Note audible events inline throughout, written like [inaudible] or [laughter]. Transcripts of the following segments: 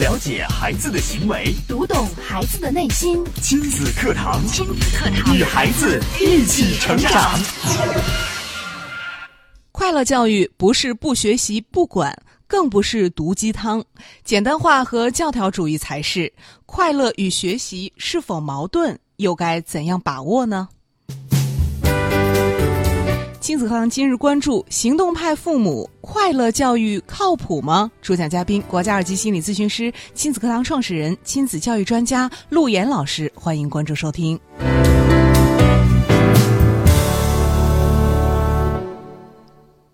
了解孩子的行为，读懂孩子的内心，亲子课堂，亲子课堂与孩子一起成长。快乐教育不是不学习不管，更不是毒鸡汤，简单化和教条主义才是。快乐与学习是否矛盾，又该怎样把握呢？亲子课堂今日关注：行动派父母快乐教育靠谱吗？主讲嘉宾：国家二级心理咨询师、亲子课堂创始人、亲子教育专家陆岩老师。欢迎关注收听。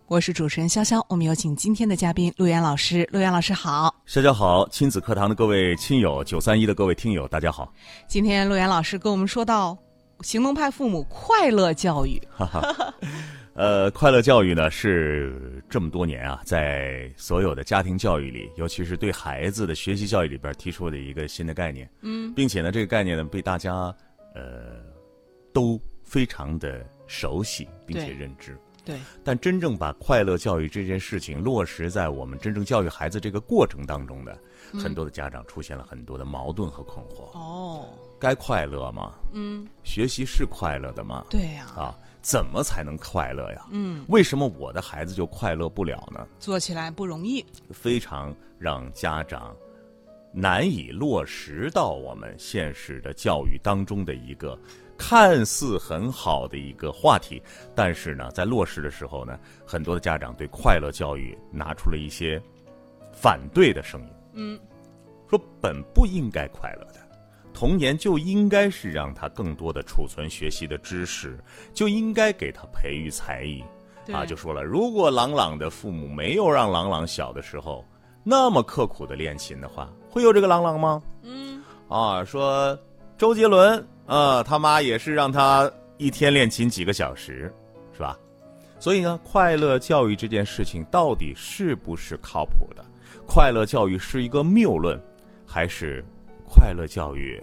我是主持人潇潇，我们有请今天的嘉宾陆岩老师。陆岩老师好，大家好，亲子课堂的各位亲友，九三一的各位听友，大家好。今天陆岩老师跟我们说到行动派父母快乐教育。哈哈，呃，快乐教育呢是这么多年啊，在所有的家庭教育里，尤其是对孩子的学习教育里边提出的一个新的概念，嗯并且呢，这个概念呢被大家呃都非常的熟悉并且对认知。对，但真正把快乐教育这件事情落实在我们真正教育孩子这个过程当中的，很多的家长出现了很多的矛盾和困惑。哦，该快乐吗？嗯，学习是快乐的吗？对呀、啊，怎么才能快乐呀？嗯，为什么我的孩子就快乐不了呢？做起来不容易。非常让家长难以落实到我们现实的教育当中的一个看似很好的一个话题，但是呢，在落实的时候呢，很多的家长对快乐教育拿出了一些反对的声音，嗯，说本不应该快乐的。童年就应该是让他更多的储存学习的知识，就应该给他培育才艺，对啊，就说了，如果朗朗的父母没有让朗朗小的时候那么刻苦的练琴的话，会有这个朗朗吗？嗯，啊，说周杰伦啊、他妈也是让他一天练琴几个小时，是吧？所以呢，快乐教育这件事情到底是不是靠谱的？快乐教育是一个谬论，还是快乐教育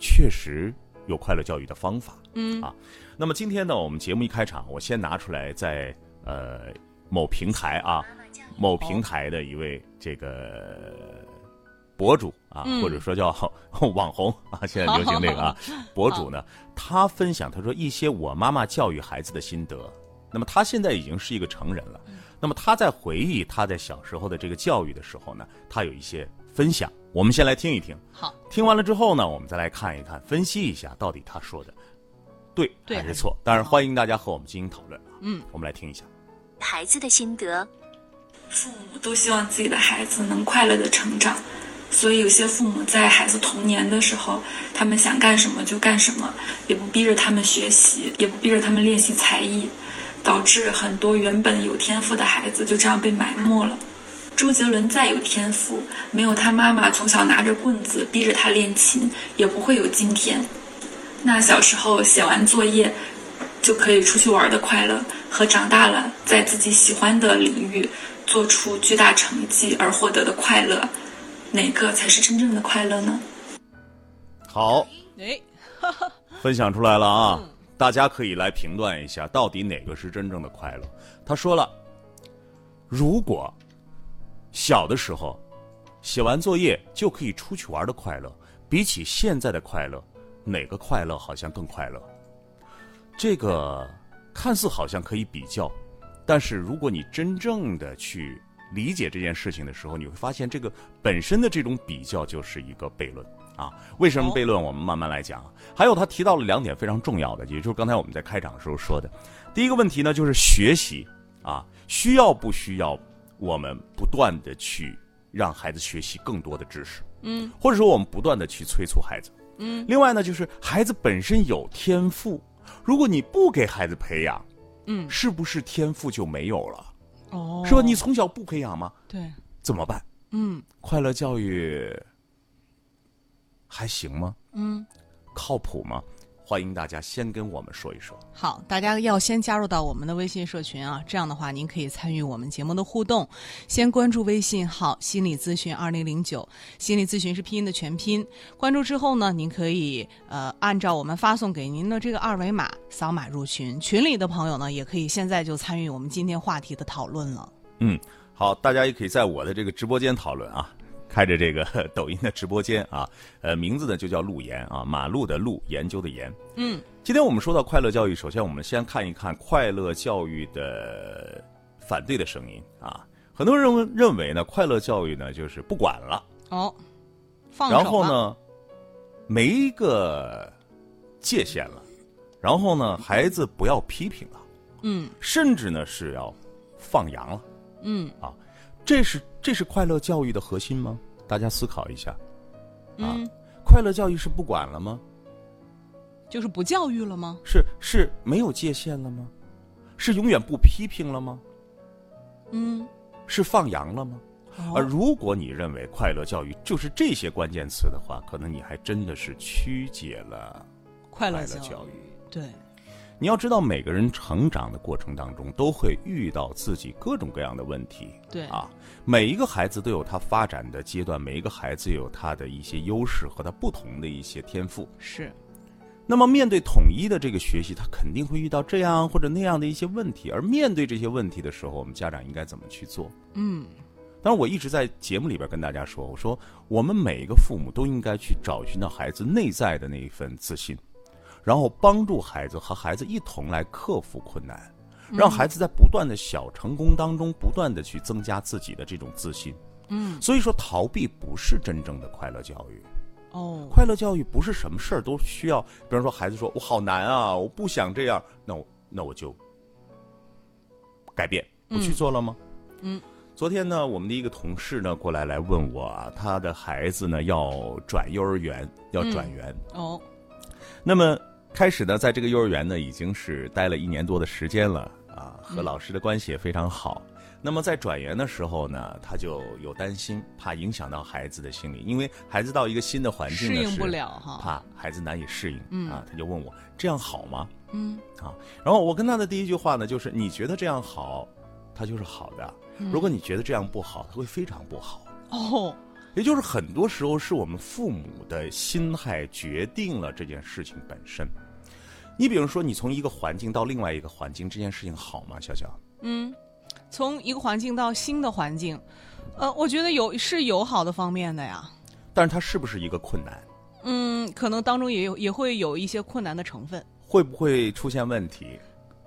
确实有快乐教育的方法？嗯啊那么今天呢，我们节目一开场，我先拿出来在呃某平台啊，某平台的一位这个博主啊，嗯或者说叫 [laughs] 网红啊，现在流行这个啊，博主呢，他分享他说一些我妈妈教育孩子的心得。那么他现在已经是一个成人了，那么他在回忆他在小时候的这个教育的时候呢，他有一些分享，我们先来听一听。好，听完了之后呢，我们再来看一看，分析一下到底他说的对对还还是是错。当然，欢迎大家和我们进行讨论。啊嗯，我们来听一下。孩子的心得。父母都希望自己的孩子能快乐的成长，所以有些父母在孩子童年的时候，他们想干什么就干什么，也不逼着他们学习，也不逼着他们练习才艺，导致很多原本有天赋的孩子就这样被埋没了。周杰伦再有天赋，没有他妈妈从小拿着棍子逼着他练琴，也不会有今天。那小时候写完作业就可以出去玩的快乐，和长大了在自己喜欢的领域做出巨大成绩而获得的快乐，哪个才是真正的快乐呢？好，哎，分享出来了啊，大家可以来评断一下，到底哪个是真正的快乐。他说了，如果小的时候写完作业就可以出去玩的快乐，比起现在的快乐，哪个快乐好像更快乐？这个看似好像可以比较，但是如果你真正的去理解这件事情的时候，你会发现这个本身的这种比较就是一个悖论啊。为什么悖论？我们慢慢来讲啊。还有他提到了两点非常重要的，也就是刚才我们在开场的时候说的，第一个问题呢就是学习啊，需要不需要我们不断的去让孩子学习更多的知识？嗯，或者说我们不断的去催促孩子。嗯，另外呢，就是孩子本身有天赋，如果你不给孩子培养，嗯是不是天赋就没有了？哦，是吧？你从小不培养吗？对，怎么办？嗯快乐教育还行吗？嗯，靠谱吗？欢迎大家先跟我们说一说。好，大家要先加入到我们的微信社群啊，这样的话您可以参与我们节目的互动。先关注微信号“心理咨询二零零九”，心理咨询是拼音的全拼。关注之后呢，您可以呃按照我们发送给您的这个二维码扫码入群，群里的朋友呢也可以现在就参与我们今天话题的讨论了。嗯，好，大家也可以在我的这个直播间讨论啊。开着这个呵抖音的直播间啊，呃，名字呢就叫“路研”啊，马路的路，研究的研。嗯，今天我们说到快乐教育，首先我们先看一看快乐教育的反对的声音啊。很多人认认为呢，快乐教育呢就是不管了，哦，放手然后吧？呢，没一个界限了，然后呢，孩子不要批评了，嗯，甚至呢是要放羊了，嗯啊，这是这是快乐教育的核心吗？大家思考一下，啊，嗯快乐教育是不管了吗？就是不教育了吗？是是没有界限了吗？是永远不批评了吗？嗯，是放羊了吗？哦而如果你认为快乐教育就是这些关键词的话，可能你还真的是曲解了快快乐乐教育，教育。对，你要知道，每个人成长的过程当中，都会遇到自己各种各样的问题。对啊，每一个孩子都有他发展的阶段，每一个孩子有他的一些优势和他不同的一些天赋。是，那么，面对统一的这个学习，他肯定会遇到这样或者那样的一些问题。而面对这些问题的时候，我们家长应该怎么去做？嗯，当然，我一直在节目里边跟大家说，我说我们每一个父母都应该去找寻到孩子内在的那一份自信，然后帮助孩子和孩子一同来克服困难，让孩子在不断的小成功当中不断的去增加自己的这种自信。嗯，所以说逃避不是真正的快乐教育。哦，快乐教育不是什么事儿都需要，比方说孩子说我好难啊，我不想这样，那我那我就改变，不去做了吗？嗯。昨天呢，我们的一个同事呢过来来问我啊，他的孩子呢要转幼儿园，要转园。哦，那么开始呢，在这个幼儿园呢已经是待了一年多的时间了啊，和嗯老师的关系也非常好。那么在转园的时候呢，他就有担心，怕影响到孩子的心理，因为孩子到一个新的环境适呢应不是了哈，怕孩子难以适应、嗯啊，他就问我这样好吗？嗯，啊，然后我跟他的第一句话呢，就是你觉得这样好，他就是好的；嗯如果你觉得这样不好，他会非常不好。哦，也就是很多时候是我们父母的心态决定了这件事情本身。你比如说，你从一个环境到另外一个环境，这件事情好吗？小小，从一个环境到新的环境，呃，我觉得有是有好的方面的呀，但是它是不是一个困难？嗯，可能当中也有也会有一些困难的成分，会不会出现问题？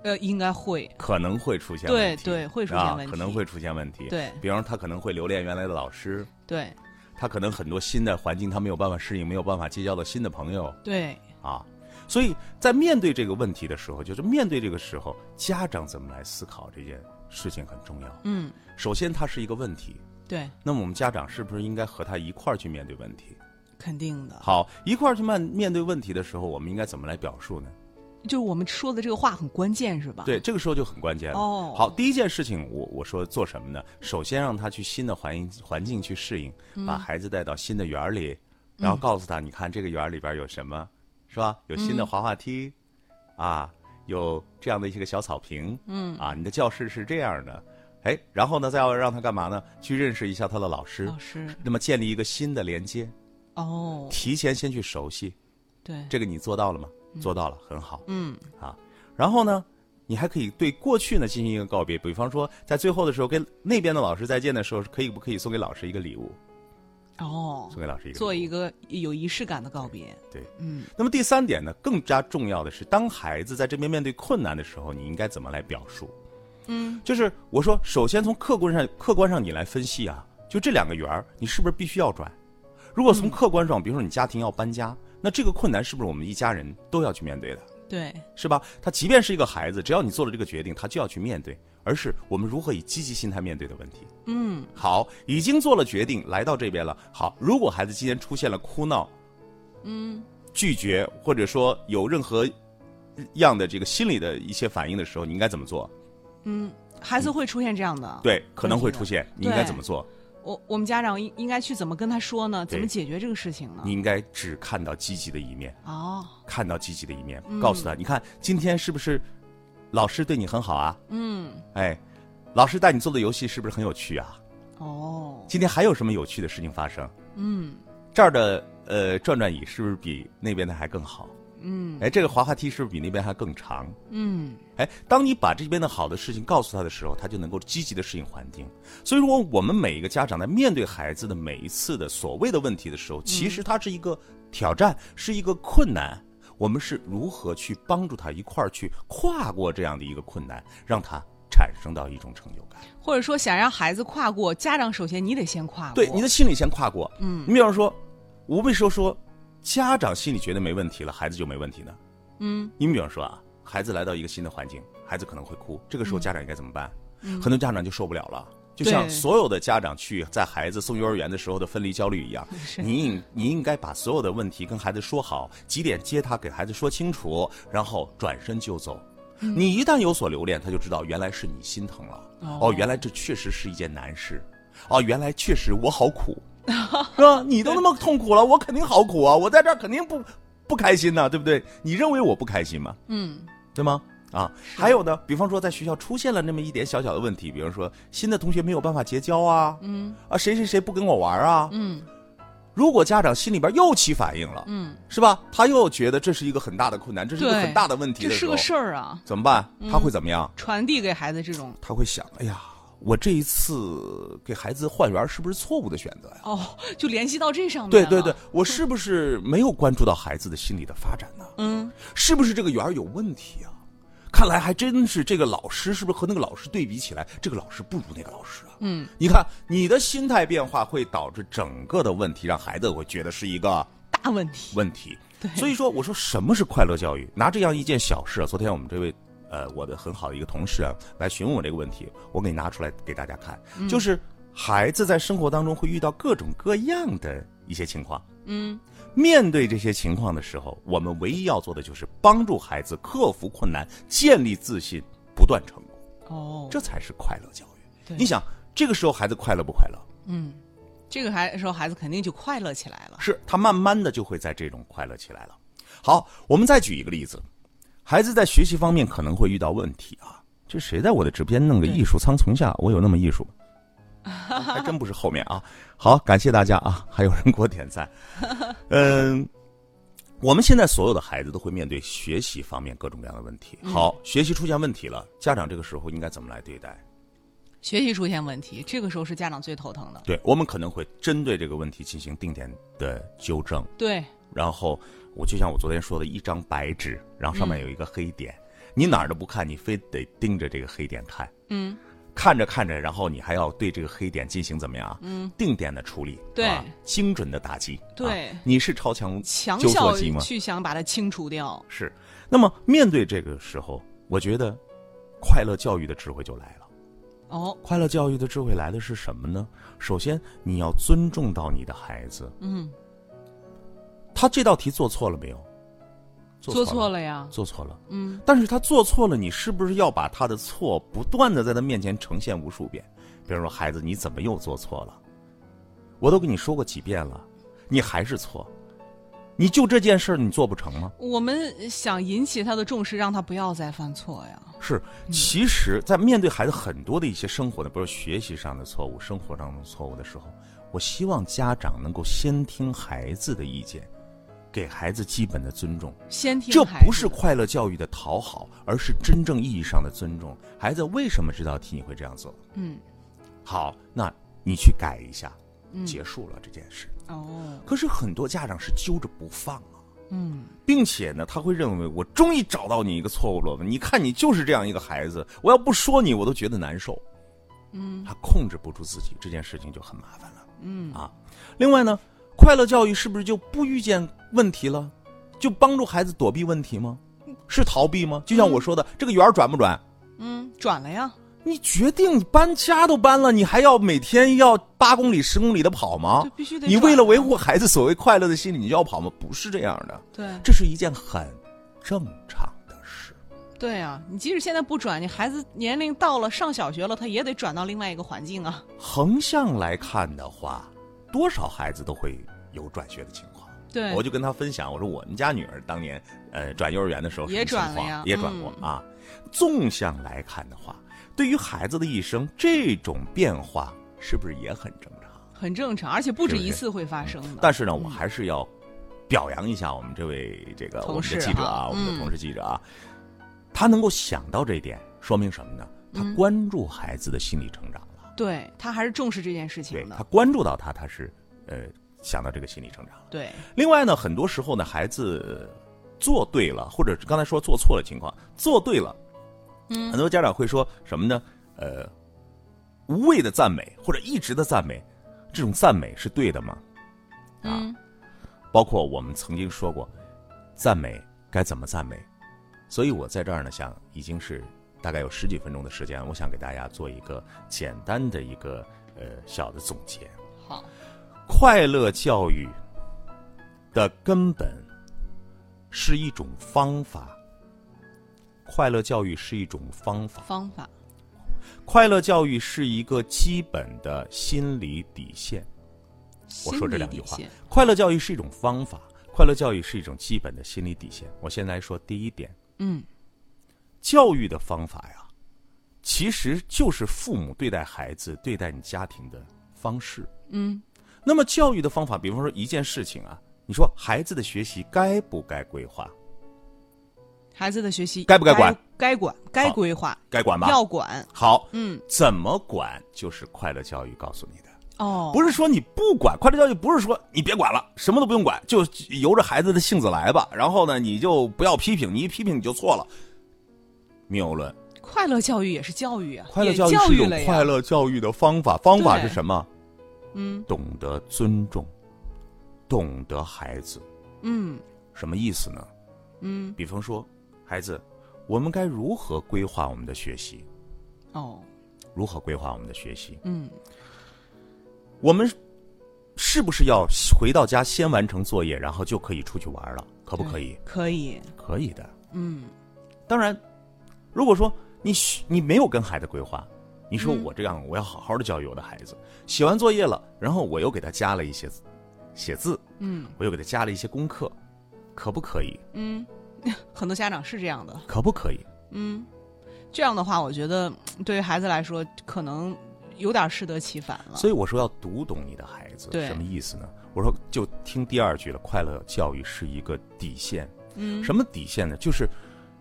呃，应该会，可能会出现问题，对对会出现啊问题可能会出现问题。对比方说他可能会留恋原来的老师，对他可能很多新的环境他没有办法适应，没有办法结交到新的朋友对，啊。所以在面对这个问题的时候，就是面对这个时候，家长怎么来思考这件事情很重要。嗯，首先它是一个问题，对，那么我们家长是不是应该和他一块儿去面对问题？肯定的，好，一块儿去面面对问题的时候，我们应该怎么来表述呢？就是我们说的这个话很关键是吧？对，，这个时候就很关键了。啊哦好，第一件事情我，我说做什么呢？首先让他去新的环境环境去适应，把孩子带到新的园儿里，然后告诉他，你看这个园儿里边有什么，是吧？有新的滑滑梯，啊，有这样的一些个小草坪，嗯，啊，你的教室是这样的，哎，然后呢，再要让他干嘛呢？去认识一下他的老师，老师，那么建立一个新的连接，哦，嗯提前先去熟悉，对，这个你做到了吗？做到了，很好。嗯，啊，然后呢，你还可以对过去呢进行一个告别，比方说在最后的时候跟那边的老师再见的时候，可以不可以送给老师一个礼物？哦，送给老师一个做礼物一个有仪式感的告别，对。嗯，那么第三点呢，更加重要的是，当孩子在这边面对困难的时候，你应该怎么来表述？嗯，就是我说，首先从客观上客观上你来分析啊，就这两个圆儿，你是不是必须要转？如果从客观上，比如说你家庭要搬家，那这个困难是不是我们一家人都要去面对的？对，是吧？他即便是一个孩子，只要你做了这个决定，他就要去面对，而是我们如何以积极心态面对的问题。嗯，好，已经做了决定，来到这边了。好，如果孩子今天出现了哭闹，嗯，拒绝或者说有任何样的这个心理的一些反应的时候，你应该怎么做？孩子会出现这样的，嗯对，可能会出问题现，你应该怎么做？的。我我们家长应应该去怎么跟他说呢？怎么对解决这个事情呢你？应该只看到积极的一面，哦，看到积极的一面，告诉他，你看今天是不是老师对你很好啊？嗯，哎，老师带你做的游戏是不是很有趣啊？哦，今天还有什么有趣的事情发生？嗯，这儿的呃转转椅是不是比那边的还更好？嗯，哎，这个滑滑梯是不是比那边还更长？嗯，哎，当你把这边的好的事情告诉他的时候，他就能够积极的适应环境。所以说，我们每一个家长在面对孩子的每一次的所谓的问题的时候，其实它是一个挑战，是一个困难。我们是如何去帮助他一块儿去跨过这样的一个困难，让他产生到一种成就感？或者说想让孩子跨过，家长首先你得先跨过。对，你的心里先跨过。嗯，你比方说，我为什么说家长心里觉得没问题了，孩子就没问题呢？嗯，你比方说啊，孩子来到一个新的环境，孩子可能会哭，这个时候家长应该怎么办？很多家长就受不了了。就像对所有的家长去在孩子送幼儿园的时候的分离焦虑一样，嗯你应你应该把所有的问题跟孩子说好，几点接他，给孩子说清楚，然后转身就走。你一旦有所留恋，他就知道原来是你心疼了，哦，原来这确实是一件难事，哦，原来确实我好 [laughs] 苦，是吧？你都那么痛苦了，我肯定好苦啊！我在这儿肯定不不开心呐、对不对？你认为我不开心吗？嗯，对吗？啊，还有呢，比方说在学校出现了那么一点小小的问题，比如说新的同学没有办法结交啊，嗯，啊，谁谁谁不跟我玩啊，嗯，如果家长心里边又起反应了，嗯，是吧？他又觉得这是一个很大的困难，这是一个对很大的问题这的时是候，个事儿啊，怎么办？他会怎么样？传递给孩子这种他会想，哎呀，我这一次给孩子换园是不是错误的选择呀？哦，就联系到这上面。对对对，，我是不是没有关注到孩子的心理的发展呢？嗯，是不是这个园儿有问题啊？看来还真是这个老师，是不是和那个老师对比起来，这个老师不如那个老师啊？嗯，你看你的心态变化会导致整个的问题，让孩子会觉得是一个大问题。问题。所以说我说什么是快乐教育？拿这样一件小事啊，昨天我们这位呃我的很好的一个同事啊来询问我这个问题，我给你拿出来给大家看，就是孩子在生活当中会遇到各种各样的一些情况，嗯。面对这些情况的时候，我们唯一要做的就是帮助孩子克服困难，建立自信，不断成功。哦，这才是快乐教育。对嗯你想，这个时候孩子快乐不快乐？这个孩时候孩子肯定就快乐起来了。是他慢慢的就会在这种快乐起来了。好，我们再举一个例子，孩子在学习方面可能会遇到问题啊。这谁在我的直播间弄个艺术苍穹下？我有那么艺术吗？还真不是后面啊。好，感谢大家啊，还有人给我点赞。嗯，我们现在所有的孩子都会面对学习方面各种各样的问题。好，学习出现问题了，家长这个时候应该怎么来对待？学习出现问题，这个时候是家长最头疼的。对我们可能会针对这个问题进行定点的纠正。对，然后我就像我昨天说的，一张白纸，然后上面有一个黑点，你哪儿都不看，你非得盯着这个黑点看，嗯，看着看着，然后你还要对这个黑点进行怎么样啊？嗯，定点的处理，对啊精准的打击，对啊你是超强强纠效错机吗？去想把它清除掉。是。那么面对这个时候，我觉得快乐教育的智慧就来了。哦，快乐教育的智慧来的是什么呢？首先，你要尊重到你的孩子。嗯，他这道题做错了没有？做错了，了呀。做错了。嗯，但是他做错了，你是不是要把他的错不断的在他面前呈现无数遍？比如说，孩子，你怎么又做错了？我都跟你说过几遍了，你还是错。你就这件事儿你做不成吗？我们想引起他的重视，让他不要再犯错呀。是，嗯其实，在面对孩子很多的一些生活的，比如学习上的错误、生活上的错误的时候，我希望家长能够先听孩子的意见，给孩子基本的尊重。先听这孩子不是快乐教育的讨好，而是真正意义上的尊重。孩子为什么这道题你会这样做？嗯，好，那你去改一下，嗯结束了这件事。哦，可是很多家长是揪着不放啊。嗯，并且呢，他会认为我终于找到你一个错误了。你看，你就是这样一个孩子，我要不说你，我都觉得难受。嗯，他控制不住自己，这件事情就很麻烦了。嗯啊，另外呢，快乐教育是不是就不遇见问题了，就帮助孩子躲避问题吗？是逃避吗？就像我说的，这个圆儿转不转？嗯，转了呀。你决定搬家都搬了，你还要每天要八公里、十公里的跑吗对？必须得你转啊为了维护孩子所谓快乐的心理，你就要跑吗？不是这样的，对这是一件很正常的事。对啊，你即使现在不转，你孩子年龄到了上小学了，他也得转到另外一个环境啊。横向来看的话，多少孩子都会有转学的情况。对我就跟他分享，我说我们家女儿当年呃转幼儿园的时候也什么情转了嗯况呀也转过、啊。纵向来看的话，对于孩子的一生，这种变化是不是也很正常？很正常，而且不止是不是一次会发生的。但是呢，我还是要表扬一下我们这位这个我同们事的记者啊啊，我们嗯的同事记者啊，他能够想到这一点，说明什么呢？他嗯关注孩子的心理成长了，对他还是重视这件事对情他的，关注到他，他是呃想到这个心理成长了。对另外呢，很多时候呢，孩子做对了，或者刚才说做错了情况，做对了，嗯，很多家长会说什么呢？呃，无谓的赞美或者一直的赞美，这种赞美是对的吗？啊，嗯包括我们曾经说过，赞美该怎么赞美，所以我在这儿呢，想已经是大概有十几分钟的时间，我想给大家做一个简单的一个呃小的总结。好，快乐教育的根本是一种方法。快乐教育是一种方法，方法快乐教育是一个基本的心理底线。我说这两句话心理底线，快乐教育是一种方法，快乐教育是一种基本的心理底线。我先来说第一点，嗯，教育的方法呀，其实就是父母对待孩子、对待你家庭的方式。嗯，那么教育的方法，比方说一件事情啊，你说孩子的学习该不该规划？孩子的学习该不该管？该管，该规划，该管吧？要管好，嗯，怎么管就是快乐教育告诉你的。哦，不是说你不管快乐教育，不是说你别管了，什么都不用管，就由着孩子的性子来吧。然后呢，你就不要批评，你一批评你就错了。谬论，快乐教育也是教育啊，快乐也育教是一种了呀，快乐教育的方法，方法对是什么？嗯懂得尊重，懂得孩子，嗯什么意思呢？嗯，比方说，孩子，我们该如何规划我们的学习？哦，如何规划我们的学习？嗯，我们是不是要回到家先完成作业，然后就可以出去玩了？可不可以对？可以，可以的。嗯，当然，如果说你需你没有跟孩子规划，你说我这样，我要好好的教育我的孩子。写完作业了，然后我又给他加了一些写字，嗯，我又给他加了一些功课，可不可以？ [laughs] 很多家长是这样的。可不可以？这样的话，我觉得嗯对于孩子来说，可能有点适得其反了。所以我说要读懂你的孩子，啊对什么意思呢？我说就听第二句了，快乐教育是一个底线。嗯，什么底线呢？就是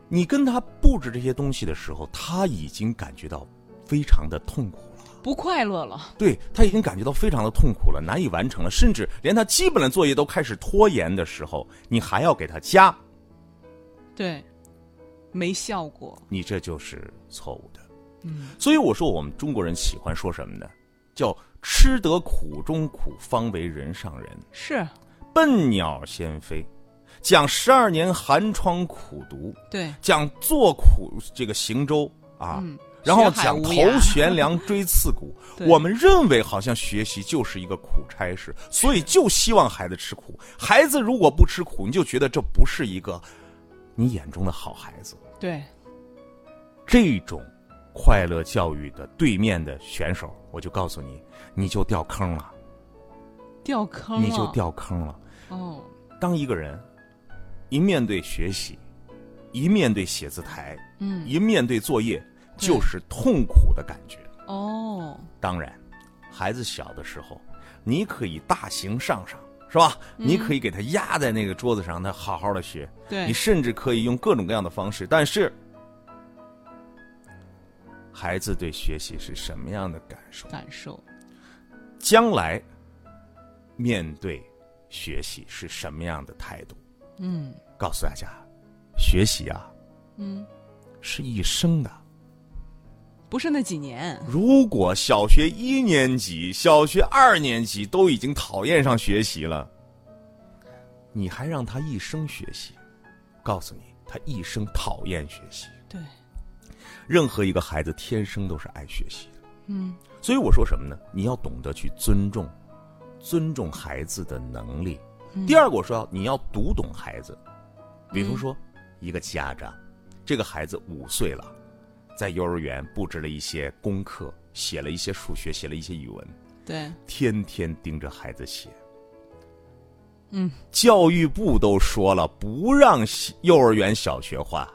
你跟他布置这些东西的时候，他已经感觉到非常的痛苦了，不快乐了，对他已经感觉到非常的痛苦了，难以完成了，甚至连他基本的作业都开始拖延的时候，你还要给他加，对，没效果，你这就是错误的。嗯，所以我说我们中国人喜欢说什么呢？叫吃得苦中苦，方为人上人。是笨鸟先飞，讲十二年寒窗苦读，对，。讲做苦这个行舟啊，然后讲头悬梁锥刺股对我们认为好像学习就是一个苦差事，所以就希望孩子吃苦。孩子如果不吃苦，你就觉得这不是一个你眼中的好孩子。对，这种快乐教育的对面的选手，我就告诉你，你就掉坑了，掉坑了，你就掉坑了。哦，当一个人一面对学习，一面对写字台，嗯，一面对作业，就是痛苦的感觉。哦，当然，孩子小的时候，你可以大行上上，是吧？你可以给他压在那个桌子上，让他好好的学。嗯对你甚至可以用各种各样的方式，但是。孩子对学习是什么样的感受？感受，将来面对学习是什么样的态度？嗯，告诉大家，学习啊，嗯，是一生的。不是那几年，如果小学一年级、小学二年级都已经讨厌上学习了，你还让他一生学习？告诉你，他一生讨厌学习。对，任何一个孩子天生都是爱学习的。嗯，所以我说什么呢？你要懂得去尊重，尊重孩子的能力。第二个，我说要你要读懂孩子。比如说，一个家长，这个孩子五岁了，在幼儿园布置了一些功课，写了一些数学，写了一些语文，对，天天盯着孩子写。嗯，教育部都说了，不让小幼儿园小学 [laughs] 化，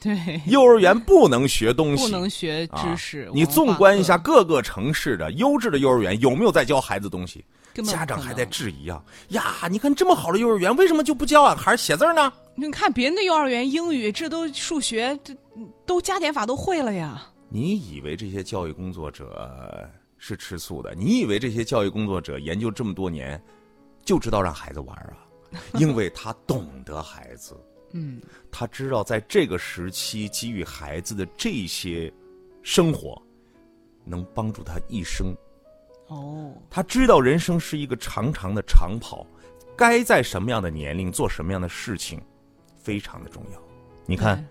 对，幼儿园不能学东西，不能学知识。啊你文化纵观一下课，各个城市的优质的幼儿园，有没有在教孩子东西？根本不家长可还能在质疑啊呀！你看这么好的幼儿园，为什么就不教啊孩儿写字儿呢？你看别人的幼儿园英语，这都数学，这都加减法都会了呀。你以为这些教育工作者是吃素的？你以为这些教育工作者研究这么多年，就知道让孩子玩儿啊？ [laughs] 因为他懂得孩子，嗯，他知道在这个时期给予孩子的这些生活，能帮助他一生。哦，他知道人生是一个长长的长跑，该在什么样的年龄做什么样的事情，非常的重要。你你看，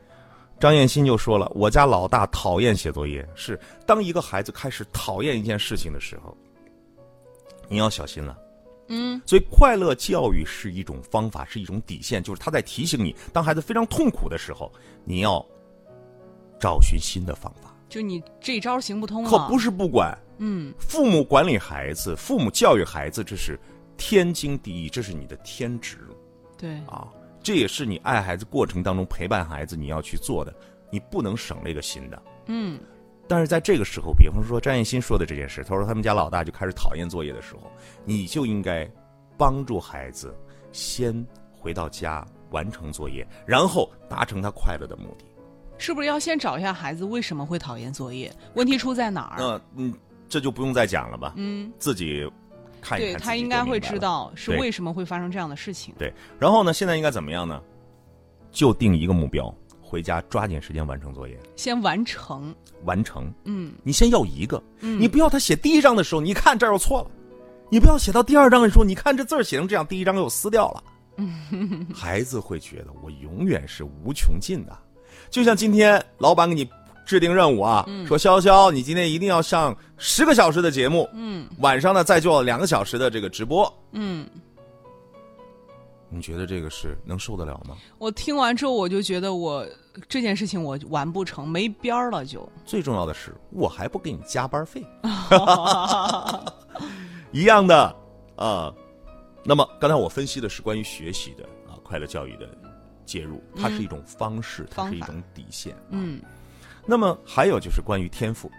张燕新就说了：“我家老大讨厌写作业，是当一个孩子开始讨厌一件事情的时候，你要小心了。”嗯，所以快乐教育是一种方法，是一种底线，就是他在提醒你，当孩子非常痛苦的时候，你要找寻新的方法，就你这招行不通了。可不是不管。嗯，父母管理孩子，父母教育孩子，这是天经地义，这是你的天职对，啊！这也是你爱孩子过程当中陪伴孩子你要去做的，你不能省这个心的。嗯，但是在这个时候，比方说张燕新说的这件事，他说他们家老大就开始讨厌作业的时候，你就应该帮助孩子先回到家完成作业，然后达成他快乐的目的。是不是要先找一下孩子为什么会讨厌作业？问题出在哪儿？那嗯，这就不用再讲了吧？嗯，自己看一对看，他自己应就该明会白知了道是对为什么会发生这样的事情。对，然后呢，现在应该怎么样呢？就定一个目标，回家抓紧时间完成作业，先完成，完成。嗯，你先要一个，你不要他写第一章的时候，你一看这儿又错了；你不要写到第二章的时候，你看这字儿写成这样，第一章又撕掉了。孩子会觉得我永远是无穷尽的，就像今天老板给你制定任务啊，说潇潇，你今天一定要上十个小时的节目，嗯，晚上呢再做两个小时的这个直播，嗯，你觉得这个是能受得了吗？我听完之后我就觉得我这件事情我完不成，没边儿了就。 [laughs] 最重要的是，我还不给你加班费。一样的啊、那么刚才我分析的是关于学习的啊，快乐教育的介入，它是一种方式，它嗯方是一法种底线。嗯，那么还有就是关于天赋，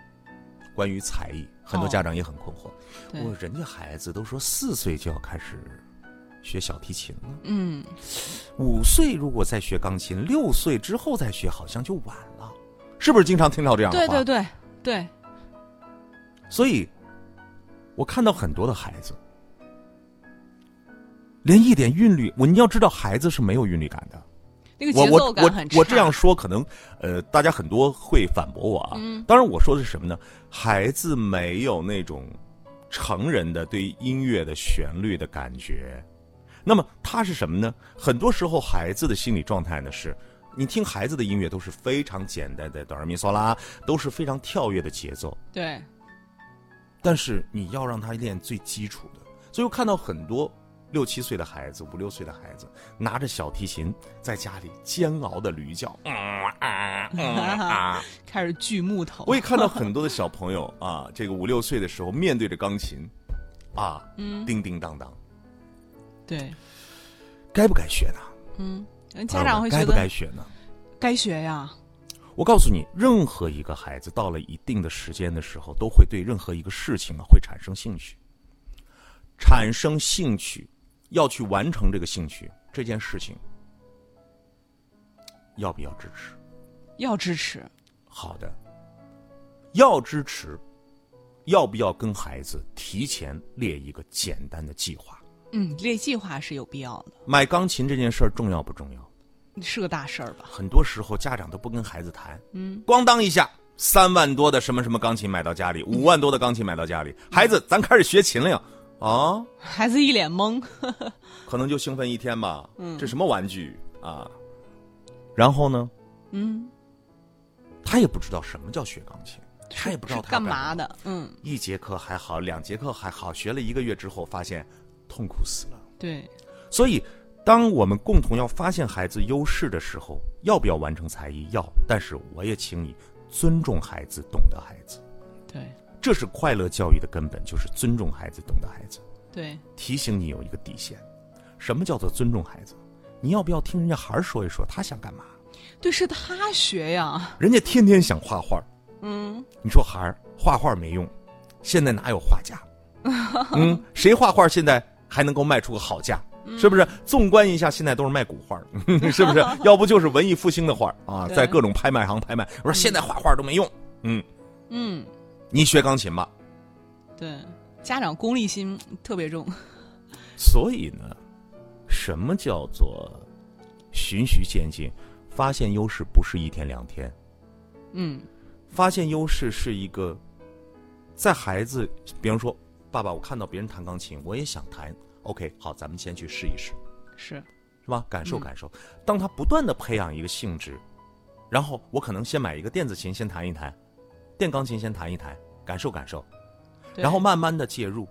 关于才艺，很多哦家长也很困惑。对我人家孩子都说四岁就要开始学小提琴了，嗯，五岁如果再学钢琴，六岁之后再学好像就晚了，是不是经常听到这样的话？对对对对，所以，我看到很多的孩子，连一点韵律，我你要知道，孩子是没有韵律感的。那个我节奏我感我很差。我这样说，可能呃，大家很多会反驳我啊。嗯当然，我说的是什么呢？孩子没有那种成人的对音乐的旋律的感觉。那么他是什么呢？很多时候孩子的心理状态呢是，你听孩子的音乐都是非常简单的哆来咪嗦啦，都是非常跳跃的节奏。对，但是你要让他练最基础的。所以我看到很多六七岁的孩子、五六岁的孩子拿着小提琴在家里煎熬的驴叫，嗯啊 [laughs] 嗯啊！开始锯木头。我也看到很多的小朋友啊，这个五六岁的时候面对着钢琴，啊，嗯叮叮当当，对，该不该学呢？嗯家长会朋觉友们该不该得学呢？该学呀。我告诉你，任何一个孩子到了一定的时间的时候，都会对任何一个事情啊会产生兴趣，产生兴趣，要去完成这个兴趣这件事情，要不要支持？要支持，好的，要支持，要不要跟孩子提前列一个简单的计划？嗯，列计划是有必要的，买钢琴这件事儿重要不重要？是个大事儿吧？很多时候家长都不跟孩子谈，嗯，咣当一下，三万多的什么什么钢琴买到家嗯里，五万多的钢琴买到家里，孩子，咱开始学琴了呀，啊， [laughs] 孩子一脸懵， [laughs] 可能就兴奋一天吧，嗯，这什么玩具啊？然后呢，嗯，他也不知道什么叫学钢琴，他也不知道是他干嘛。的，嗯，一节课还好，两节课还好，学了一个月之后发现痛苦死了。对，所以，当我们共同要发现孩子优势的时候，要不要完成才艺？要，但是我也请你尊重孩子，懂得孩子。对，这是快乐教育的根本，就是尊重孩子，懂得孩子，对，提醒你有一个底线。什么叫做尊重孩子？你要不要听人家孩儿说一说，他想干嘛？对，是他学呀，人家天天想画画，嗯，你说孩儿画画没用，现在哪有画家？嗯，谁画画现在还能够卖出个好价？是不是？纵观一下，现在都是卖古画儿， [laughs] 是不是？要不就是文艺复兴的画儿啊，对在各种拍卖行拍卖。我说现在画画都没用，嗯，嗯，你学钢琴吧。对，家长功利心特别重。 [laughs] 所以呢，什么叫做循序渐进？发现优势不是一天两天，嗯发现优势是一个在孩子，比方说，爸爸，我看到别人弹钢琴，我也想弹。OK，好，咱们先去试一试，，是，是吧？感受感受。当他不断的培养一个兴致，然后我可能先买一个电子琴，先弹一弹，电钢琴先弹一弹，感受感受，对然后慢慢的介入。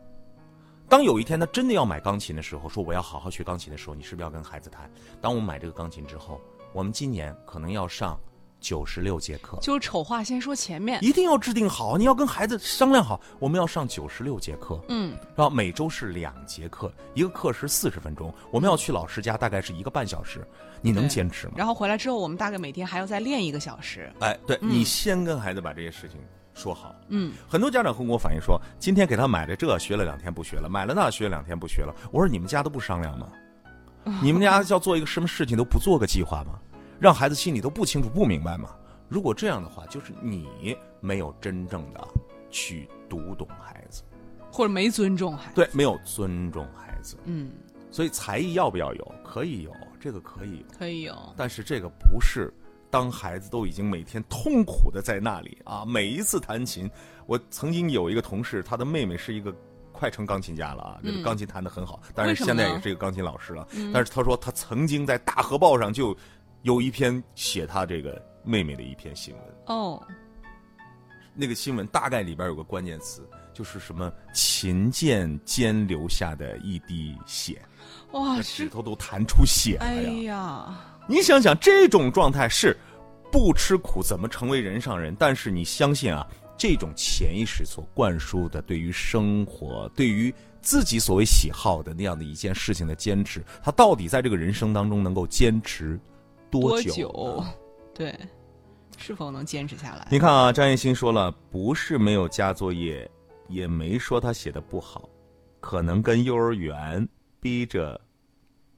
当有一天他真的要买钢琴的时候，说我要好好学钢琴的时候，你是不是要跟孩子谈？当我买这个钢琴之后，我们今年可能要上九十六节课，就是丑话先说前面。一定要制定好，你要跟孩子商量好，我们要上九十六节课，嗯，然后每周是两节课，一个课时四十分钟，我们要去老师家大概是一个半小时，你能对坚持吗？然后回来之后，我们大概每天还要再练一个小时。哎，对、你先跟孩子把这些事情说好。嗯，很多家长会跟我反映说，今天给他买了这，学了两天不学了；买了那，学了两天不学了。我说你们家都不商量吗？你们家要做一个什么事情都不做个计划吗？让孩子心里都不清楚、不明白吗？如果这样的话，就是你没有真正的去读懂孩子，或者没尊重还。，对，没有尊重孩子。嗯，所以才艺要不要有？可以有，这个可以有。可以有。但是这个不是当孩子都已经每天痛苦的在那里啊，每一次弹琴，我曾经有一个同事，他的妹妹是一个。快成钢琴家了啊！这个钢琴弹得很好，但嗯为是什么现在呢嗯也是一个钢琴老师了。但是他说他曾经在《大河报》上就有一篇写他这个妹妹的一篇新闻，哦，那个新闻大概里边有个关键词，就是什么琴键间留下的一滴血，哇，那指啊是，头都弹出血了哎呀！呀，你想想，这种状态是不吃苦怎么成为人上人？但是你相信啊，这种潜意识所灌输的对于生活、对于自己所谓喜好的那样的一件事情的坚持，他到底在这个人生当中能够坚持多多久呢？久？对，是否能坚持下来？你看啊，张艺兴说了，不是没有加作业，也没说他写的不好，可能跟幼儿园逼着、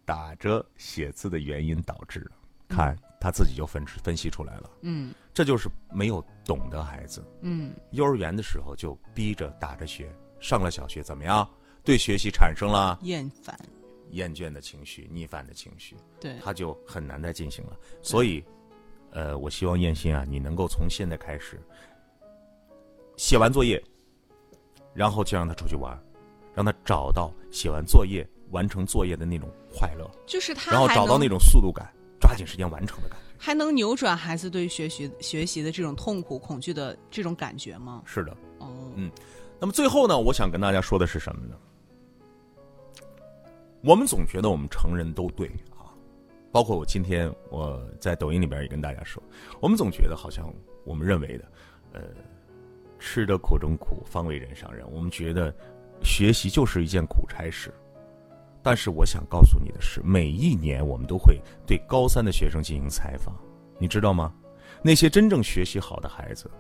打着写字的原因导致的。看他自己就分分析出来了，嗯这就是没有懂的孩子。嗯，幼儿园的时候就逼着打着学，上了小学怎么样？对学习产生了厌烦。厌倦的情绪、逆反的情绪，对，他就很难再进行了。所以，呃，我希望燕心啊，你能够从现在开始写完作业，然后就让他出去玩，让他找到写完作业、完成作业的那种快乐，就是他然后还找到能那种速度感，抓紧时间完成的感觉。还能扭转孩子对学习学习的这种痛苦、恐惧的这种感觉吗？是的。哦，嗯那么最后呢，我想跟大家说的是什么呢？我们总觉得我们成人都对啊，包括我今天我在抖音里边也跟大家说，我们总觉得好像我们认为的，呃，吃得苦中苦，方为人上人。我们觉得学习就是一件苦差事，但是我想告诉你的是，每一年我们都会对高三的学生进行采访，你知道吗？那些真正学习好的孩子，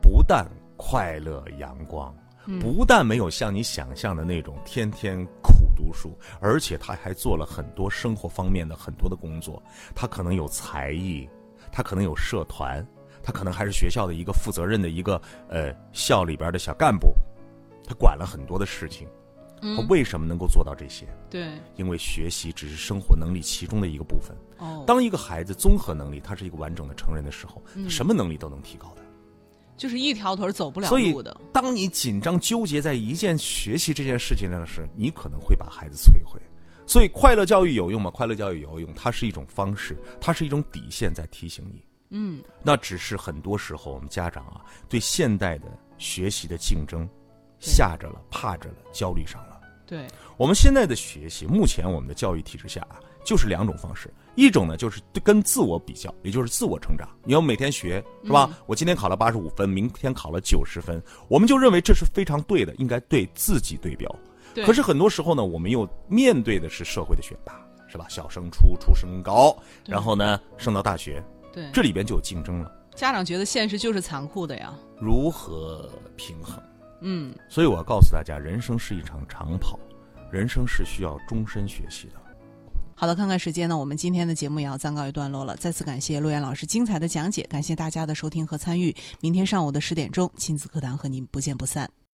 不但快乐阳光，不但没有像你想象的那种天天苦读书，而且他还做了很多生活方面的很多的工作。他可能有才艺，他可能有社团，他可能还是学校的一个负责任的一个呃校里边的小干部，他管了很多的事情。他为什么能够做到这些？对，因为学习只是生活能力其中的一个部分。哦，当一个孩子综合能力他是一个完整的成人的时候，什么能力都能提高的。就是一条腿儿走不了所以路的。，当你紧张纠结在一件学习这件事情上的时候，你可能会把孩子摧毁。所以，快乐教育有用吗？快乐教育有用，它是一种方式，它是一种底线在提醒你。嗯，那只是很多时候我们家长啊，对现代的学习的竞争，对吓着了、怕着了、焦虑上了。对，我们现在的学习，目前我们的教育体制下啊，就是两种方式，一种呢就是跟自我比较，也就是自我成长。你要每天学，是吧？嗯我今天考了八十五分，明天考了九十分，我们就认为这是非常对的，应该对自己对标。对可是很多时候呢，我们又面对的是社会的选拔，是吧？小升初、初升高，对然后呢升到大学，对，这里边就有竞争了，家长觉得现实就是残酷的呀。如何平衡？嗯所以我要告诉大家，人生是一场长跑，人生是需要终身学习的。好的，看看时间呢，我们今天的节目也要暂告一段落了。再次感谢陆岩老师精彩的讲解，感谢大家的收听和参与。明天上午的十点钟，亲子课堂和您不见不散。